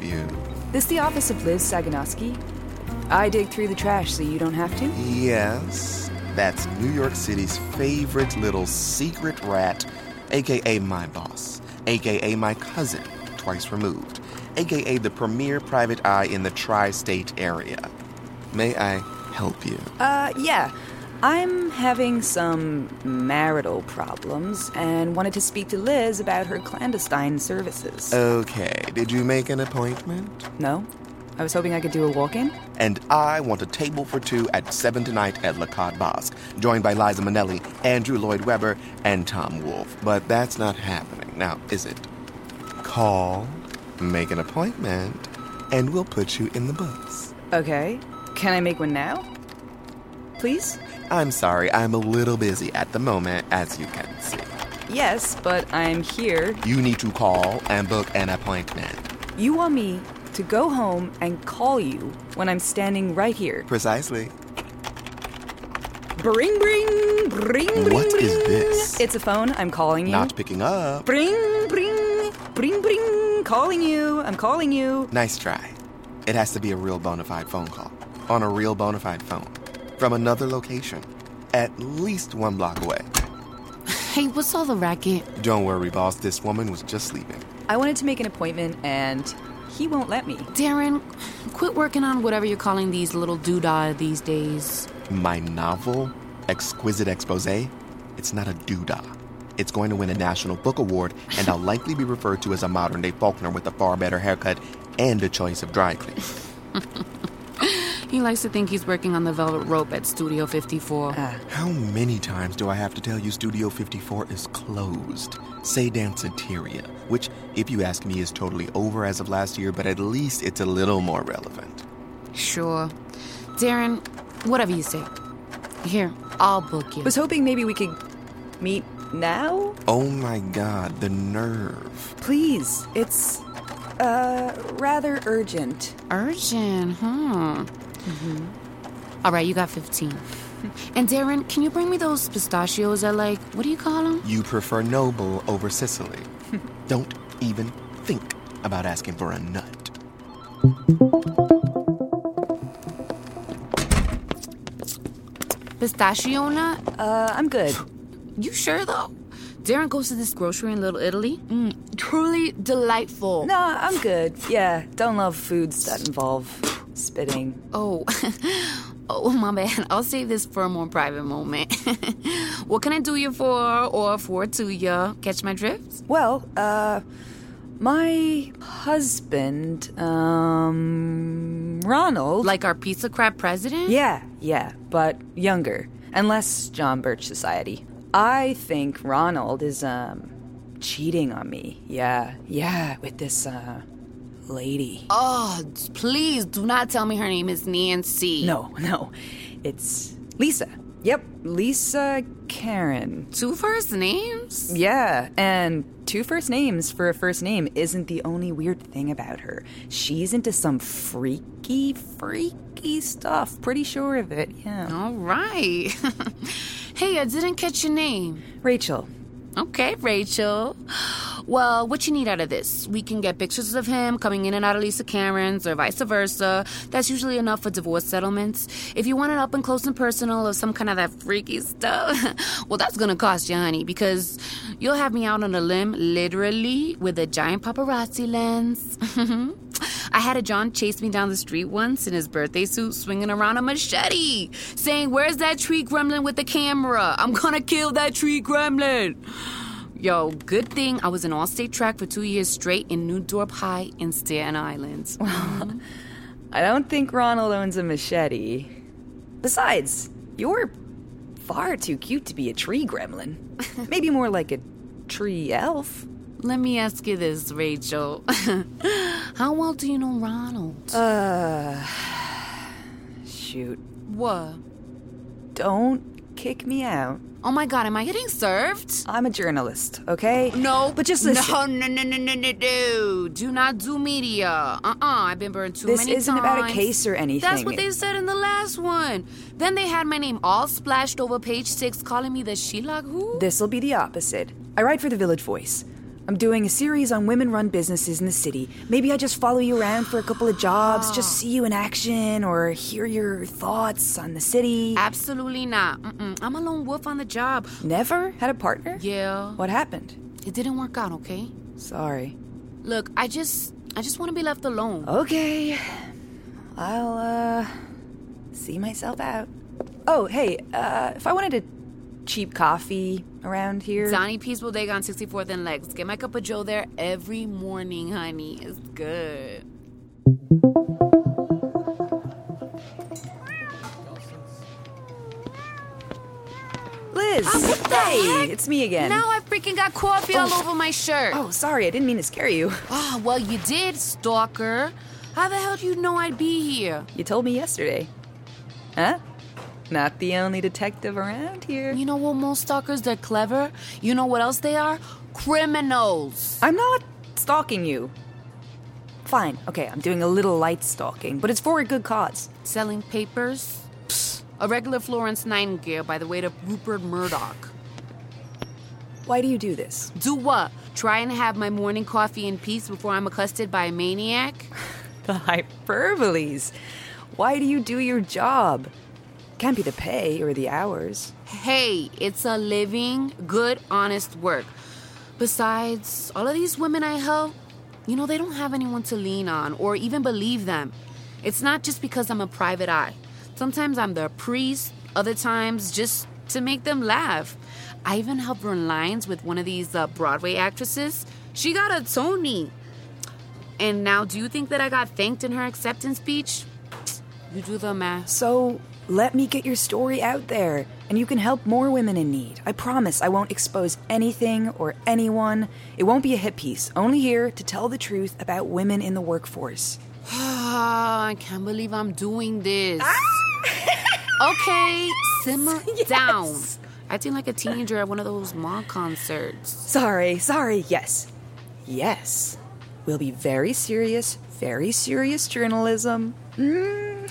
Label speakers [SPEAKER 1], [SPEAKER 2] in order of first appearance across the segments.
[SPEAKER 1] David.
[SPEAKER 2] This the office of Liz Saganoski? I dig through the trash so you don't have to?
[SPEAKER 1] Yes, that's New York City's favorite little secret rat, aka my boss, aka my cousin, twice removed, aka the premier private eye in the tri state area. May I help you?
[SPEAKER 2] Uh, yeah. I'm having some marital problems and wanted to speak to Liz about her clandestine services.
[SPEAKER 1] Okay, did you make an appointment?
[SPEAKER 2] no? I was hoping I could do a walk in?
[SPEAKER 1] And I want a table for two at 7 tonight at La Carte Bosque, joined by Liza Minnelli, Andrew Lloyd Webber, and Tom Wolfe. But that's not happening. Now, is it? Call, make an appointment, and we'll put you in the books.
[SPEAKER 2] Okay. Can I make one now? Please?
[SPEAKER 1] I'm sorry, I'm a little busy at the moment, as you can see.
[SPEAKER 2] Yes, but I'm here.
[SPEAKER 1] You need to call and book an appointment.
[SPEAKER 2] You want me to go home and call you when I'm standing right here.
[SPEAKER 1] Precisely.
[SPEAKER 2] Bring, bring, bring, bring.
[SPEAKER 1] What
[SPEAKER 2] bring.
[SPEAKER 1] is this?
[SPEAKER 2] It's a phone. I'm calling you.
[SPEAKER 1] Not picking up.
[SPEAKER 2] Bring, bring, bring, bring. Calling you. I'm calling you.
[SPEAKER 1] Nice try. It has to be a real bona fide phone call on a real bona fide phone from another location, at least one block away.
[SPEAKER 3] Hey, what's all the racket?
[SPEAKER 1] Don't worry, boss. This woman was just leaving.
[SPEAKER 2] I wanted to make an appointment and he won't let me.
[SPEAKER 3] Darren, quit working on whatever you're calling these little doodah these days.
[SPEAKER 1] My novel, Exquisite Expose, it's not a doodah. It's going to win a National Book Award, and I'll likely be referred to as a modern day Faulkner with a far better haircut and a choice of dry clean.
[SPEAKER 3] He likes to think he's working on the velvet rope at Studio 54.
[SPEAKER 1] How many times do I have to tell you Studio 54 is closed? Say Danceteria, which, if you ask me, is totally over as of last year, but at least it's a little more relevant.
[SPEAKER 3] Sure. Darren, whatever you say. Here, I'll book you.
[SPEAKER 2] Was hoping maybe we could meet now?
[SPEAKER 1] Oh my god, the nerve.
[SPEAKER 2] Please. It's, uh, rather urgent.
[SPEAKER 3] Urgent, huh? Mm-hmm. All right, you got 15. And Darren, can you bring me those pistachios I like? What do you call them?
[SPEAKER 1] You prefer Noble over Sicily. Don't even think about asking for a nut.
[SPEAKER 3] Pistachio nut?
[SPEAKER 2] Uh, I'm good.
[SPEAKER 3] You sure though? Darren goes to this grocery in Little Italy. Mm, truly delightful.
[SPEAKER 2] No, I'm good. Yeah, don't love foods that involve spitting.
[SPEAKER 3] Oh, oh my bad. I'll save this for a more private moment. what can I do you for or for to you? Catch my drift?
[SPEAKER 2] Well, uh, my husband, um, Ronald.
[SPEAKER 3] Like our pizza crab president?
[SPEAKER 2] Yeah, yeah, but younger. Unless John Birch Society. I think Ronald is, um, cheating on me. Yeah, yeah, with this, uh, lady.
[SPEAKER 3] Oh, please do not tell me her name is Nancy.
[SPEAKER 2] No, no, it's Lisa. Yep, Lisa Karen.
[SPEAKER 3] Two first names?
[SPEAKER 2] Yeah, and two first names for a first name isn't the only weird thing about her. She's into some freaky, freaky stuff. Pretty sure of it, yeah.
[SPEAKER 3] All right. hey, I didn't catch your name.
[SPEAKER 2] Rachel,
[SPEAKER 3] Okay, Rachel. Well, what you need out of this? We can get pictures of him coming in and out of Lisa Cameron's or vice versa. That's usually enough for divorce settlements. If you want it up and close and personal of some kind of that freaky stuff, well, that's gonna cost you, honey, because you'll have me out on a limb, literally, with a giant paparazzi lens. I had a John chase me down the street once in his birthday suit, swinging around a machete, saying, Where's that tree gremlin with the camera? I'm gonna kill that tree gremlin. Yo, good thing I was in all-state track for two years straight in New Dorp High in Staten Island.
[SPEAKER 2] I don't think Ronald owns a machete. Besides, you're far too cute to be a tree gremlin. Maybe more like a tree elf.
[SPEAKER 3] Let me ask you this, Rachel. How well do you know Ronald?
[SPEAKER 2] Uh, Shoot,
[SPEAKER 3] what?
[SPEAKER 2] don't kick me out.
[SPEAKER 3] Oh my god, am I getting served?
[SPEAKER 2] I'm a journalist, okay?
[SPEAKER 3] No.
[SPEAKER 2] but just listen.
[SPEAKER 3] No, no, no, no, no, no, no. Do not do media. Uh-uh, I've been burned too
[SPEAKER 2] This
[SPEAKER 3] many
[SPEAKER 2] isn't about a
[SPEAKER 3] times.
[SPEAKER 2] case or anything.
[SPEAKER 3] That's what they said in the last one. Then they had my name all splashed over page six, calling me the Sheila who?
[SPEAKER 2] This'll be the opposite. I write for the Village Voice. I'm doing a series on women run businesses in the city. Maybe I just follow you around for a couple of jobs,
[SPEAKER 3] Ah.
[SPEAKER 2] just see you in action or hear your thoughts on the city.
[SPEAKER 3] Absolutely not. Mm-mm. I'm a lone wolf on the job.
[SPEAKER 2] Never had a partner?
[SPEAKER 3] Yeah.
[SPEAKER 2] What happened?
[SPEAKER 3] It didn't work out, okay?
[SPEAKER 2] Sorry.
[SPEAKER 3] Look, I just I just want to be left
[SPEAKER 2] Oh.
[SPEAKER 3] alone.
[SPEAKER 2] Okay. I'll, uh, see myself out. Oh, hey, uh, if I wanted a cheap coffee around here.
[SPEAKER 3] Donnie Peace Bodega on 64th and Legs. Get my cup of joe there every morning, honey. It's good.
[SPEAKER 2] Liz!
[SPEAKER 3] Ah, what the
[SPEAKER 2] hey,
[SPEAKER 3] heck?
[SPEAKER 2] it's me again.
[SPEAKER 3] Now I freaking got coffee all over my shirt.
[SPEAKER 2] oh, sorry, I didn't mean to scare you.
[SPEAKER 3] Ah, well, you did, stalker. How the hell do you know I'd be here?
[SPEAKER 2] You told me yesterday. Huh? Not the only detective around here.
[SPEAKER 3] You know what, most stalkers, they're clever. You know what else they are? Criminals.
[SPEAKER 2] I'm not stalking you. Fine, okay, I'm doing a little light stalking, but it's for a good cause.
[SPEAKER 3] Selling papers? Psst. A regular Florence Nightingale by the way to Rupert Murdoch.
[SPEAKER 2] Why do you do this?
[SPEAKER 3] Do what? Try and have my morning coffee in peace before I'm accosted by a maniac?
[SPEAKER 2] The hyperboles. Why do you do your job? Can't be the pay or the hours.
[SPEAKER 3] Hey, it's a living, good, honest work. Besides, all of these women I help, you know, they don't have anyone to lean on or even believe them. It's not just because I'm a private eye. Sometimes I'm their priest, other times just to make them laugh. I even help run lines with one of these uh, Broadway actresses. She got a Tony. And now, do you think that I got thanked in her acceptance speech? You do the math.
[SPEAKER 2] So let me get your story out there, and you can help more women in need. I promise I won't expose anything or anyone. It won't be a hit piece, only here to tell the truth about women in the workforce.
[SPEAKER 3] Ah, I can't believe I'm doing this.
[SPEAKER 2] Ah!
[SPEAKER 3] okay, simmer down. Acting like a teenager at one of those mall concerts.
[SPEAKER 2] Sorry, sorry, yes. Yes. We'll be very serious, very serious journalism. Mm.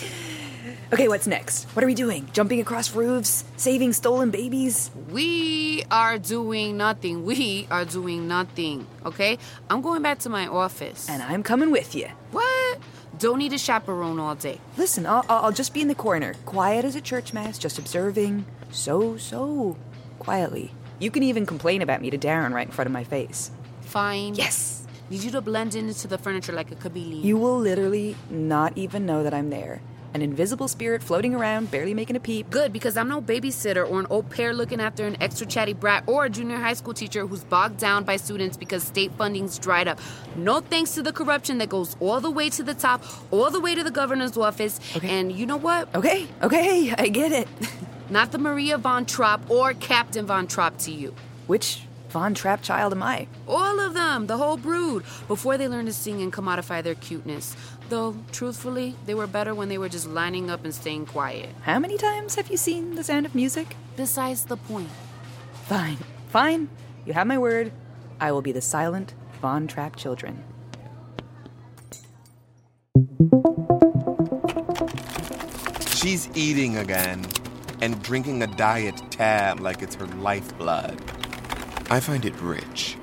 [SPEAKER 2] Okay, what's next? What are we doing? Jumping across roofs? Saving stolen babies?
[SPEAKER 3] We are doing nothing. We are doing nothing. Okay? I'm going back to my office.
[SPEAKER 2] And I'm coming with you.
[SPEAKER 3] what? Don't need a chaperone all day.
[SPEAKER 2] Listen, I'll, I'll I'll just be in the corner, quiet as a church mass, just observing, so, so quietly. You can even complain about me to Darren right in front of my face.
[SPEAKER 3] Fine.
[SPEAKER 2] Yes!
[SPEAKER 3] Need you to blend into the furniture like a chameleon.
[SPEAKER 2] You will literally not even know that I'm there. An invisible spirit floating around, barely making a peep.
[SPEAKER 3] Good, because I'm no babysitter or an au pair looking after an extra chatty brat or a junior high school teacher who's bogged down by students because state funding's dried up. No thanks to the corruption that goes all the way to the top, all the way to the governor's office.
[SPEAKER 2] Okay.
[SPEAKER 3] And you know what?
[SPEAKER 2] Okay, okay, I get it.
[SPEAKER 3] Not the Maria Von Trapp or Captain Von Trapp to you.
[SPEAKER 2] Which Von Trapp child am I?
[SPEAKER 3] All of them, the whole brood, before they learn to sing and commodify their cuteness. Though, truthfully, they were better when they were just lining up and staying quiet.
[SPEAKER 2] How many times have you seen The Sound of Music?
[SPEAKER 3] Besides the point.
[SPEAKER 2] Fine, fine. You have my word. I will be the silent Von Trapp children.
[SPEAKER 1] She's eating again and drinking a diet tab like it's her lifeblood. I find it rich,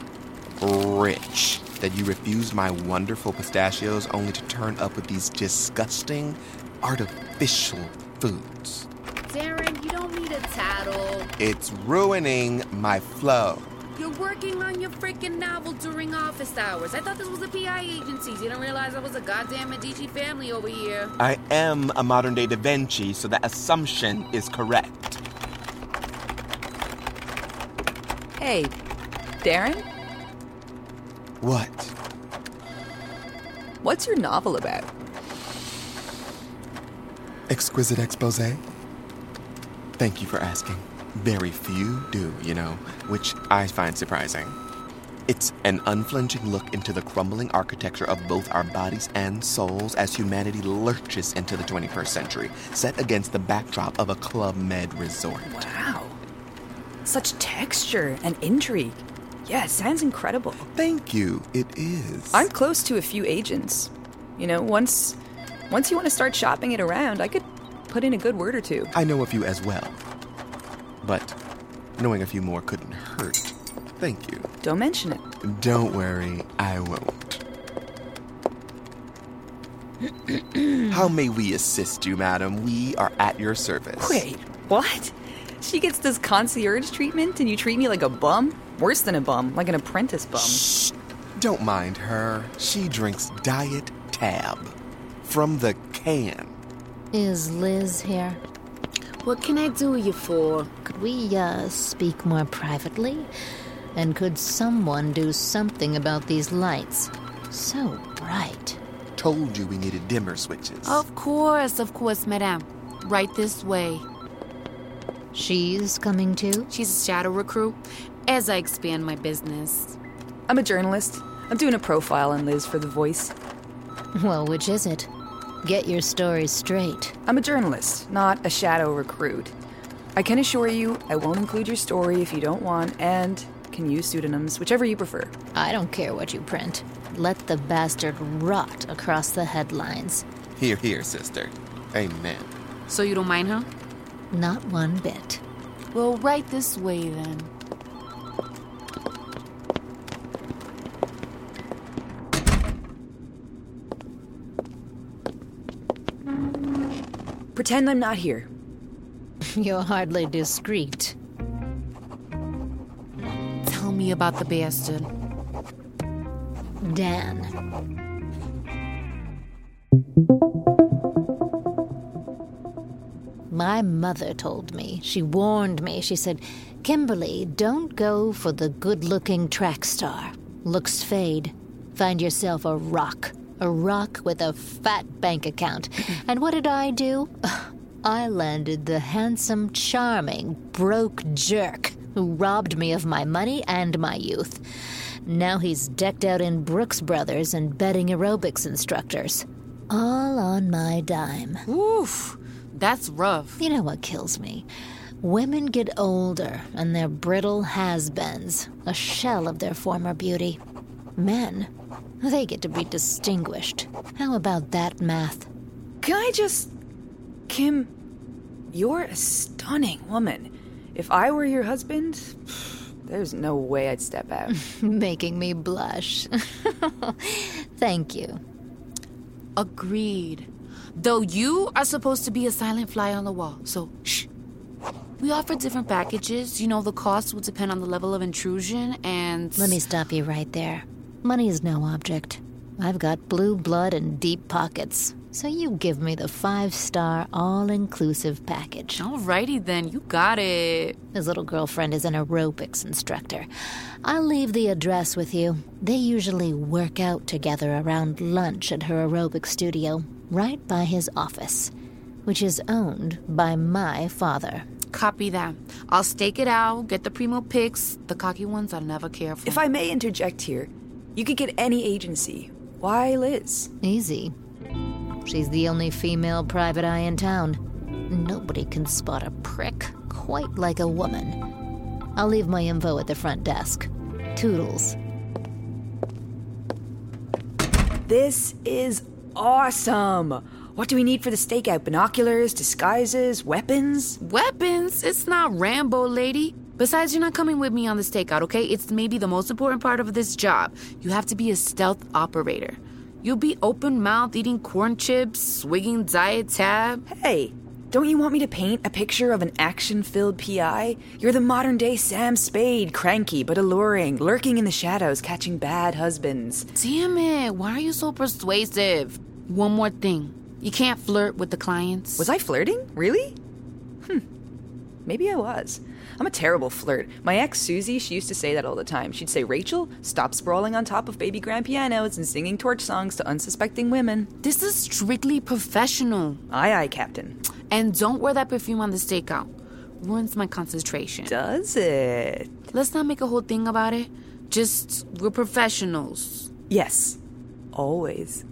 [SPEAKER 1] rich that you refused my wonderful pistachios only to turn up with these disgusting, artificial foods.
[SPEAKER 3] Darren, you don't need a tattle.
[SPEAKER 1] It's ruining my flow.
[SPEAKER 3] You're working on your freaking novel during office hours. I thought this was the PI agencies. You don't realize I was a goddamn Medici family over here.
[SPEAKER 1] I am a modern day Da Vinci, so that assumption is correct.
[SPEAKER 2] Hey, Darren,
[SPEAKER 1] What?
[SPEAKER 2] what's your novel about?
[SPEAKER 1] Exquisite expose? Thank you for asking. Very few do, you know, which I find surprising. It's an unflinching look into the crumbling architecture of both our bodies and souls as humanity lurches into the 21st century, set against the backdrop of a Club Med resort.
[SPEAKER 2] Wow. Such texture and intrigue. Yeah, it sounds incredible.
[SPEAKER 1] Thank you, it is.
[SPEAKER 2] I'm close to a few agents. You know, once once you want to start shopping it around, I could put in a good word or two.
[SPEAKER 1] I know a few as well. But knowing a few more couldn't hurt. Thank you.
[SPEAKER 2] Don't mention it.
[SPEAKER 1] Don't worry, I won't. How may we assist you, madam? We are at your service.
[SPEAKER 2] Wait, what? She gets this concierge treatment and you treat me like a bum? Worse than a bum, like an apprentice bum.
[SPEAKER 1] Shh. Don't mind her. She drinks Diet Tab from the can.
[SPEAKER 4] Is Liz here?
[SPEAKER 3] What can I do you for?
[SPEAKER 4] Could we uh, speak more privately? And could someone do something about these lights? So bright.
[SPEAKER 1] Told you we needed dimmer switches.
[SPEAKER 3] Of course, of course, madame. Right this way.
[SPEAKER 4] She's coming too?
[SPEAKER 3] She's a shadow recruit as I expand my business.
[SPEAKER 2] I'm a journalist. I'm doing a profile on Liz for The Voice.
[SPEAKER 4] Well, which is it? Get your story straight.
[SPEAKER 2] I'm a journalist, not a shadow recruit. I can assure you, I won't include your story if you don't want, and can use pseudonyms, whichever you prefer.
[SPEAKER 4] I don't care what you print. Let the bastard rot across the headlines.
[SPEAKER 1] Here, here, sister. Amen.
[SPEAKER 3] So you don't mind her?
[SPEAKER 4] Not one bit.
[SPEAKER 3] Well, right this way then.
[SPEAKER 2] Pretend I'm not here.
[SPEAKER 4] You're hardly discreet.
[SPEAKER 3] Tell me about the bastard.
[SPEAKER 4] Dan, my mother told me. She warned me. She said, Kimberly, don't go for the good looking track star. Looks fade. Find yourself a rock. A rock with a fat bank account. and what did I do? I landed the handsome, charming, broke jerk who robbed me of my money and my youth. Now he's decked out in Brooks Brothers and betting aerobics instructors. All on my dime.
[SPEAKER 3] Oof, that's rough.
[SPEAKER 4] You know what kills me? Women get older and they're brittle has beens, a shell of their former beauty. Men, they get to be distinguished. How about that math?
[SPEAKER 2] Can I just. Kim, you're a stunning woman. If I were your husband, there's no way I'd step out.
[SPEAKER 4] Making me blush. Thank you.
[SPEAKER 3] Agreed. Though you are supposed to be a silent fly on the wall, so shh. We offer different packages. You know, the cost will depend on the level of intrusion and.
[SPEAKER 4] Let me stop you right there. Money is no object. I've got blue blood and deep pockets. So you give me the five star all inclusive package.
[SPEAKER 3] Alrighty then, you got it.
[SPEAKER 4] His little girlfriend is an aerobics instructor. I'll leave the address with you. They usually work out together around lunch at her aerobics studio, right by his office, which is owned by my father.
[SPEAKER 3] Copy that. I'll stake it out, get the primo picks. The cocky ones I'll never care for.
[SPEAKER 2] If I may interject here, you could get any agency. Why Liz?
[SPEAKER 4] Easy. She's the only female private eye in town. Nobody can spot a prick quite like a woman. I'll leave my info at the front desk. Toodles.
[SPEAKER 2] This is awesome! What do we need for the stakeout? Binoculars, disguises, weapons?
[SPEAKER 3] Weapons? It's not Rambo, lady. Besides, you're not coming with me on this takeout, okay? It's maybe the most important part of this job. You have to be a stealth operator. You'll be open mouthed eating corn chips, swigging diet tab.
[SPEAKER 2] Hey, don't you want me to paint a picture of an action filled PI? You're the modern day Sam Spade, cranky but alluring, lurking in the shadows, catching bad husbands.
[SPEAKER 3] Damn it, why are you so persuasive? One more thing. You can't flirt with the clients.
[SPEAKER 2] Was I flirting? Really? Hmm. Maybe I was. I'm a terrible flirt. My ex Susie, she used to say that all the time. She'd say, Rachel, stop sprawling on top of baby grand pianos and singing torch songs to unsuspecting women.
[SPEAKER 3] This is strictly professional.
[SPEAKER 2] Aye, aye, Captain.
[SPEAKER 3] And don't wear that perfume on the stakeout. Ruins my concentration.
[SPEAKER 2] Does it?
[SPEAKER 3] Let's not make a whole thing about it. Just, we're professionals.
[SPEAKER 2] Yes. Always.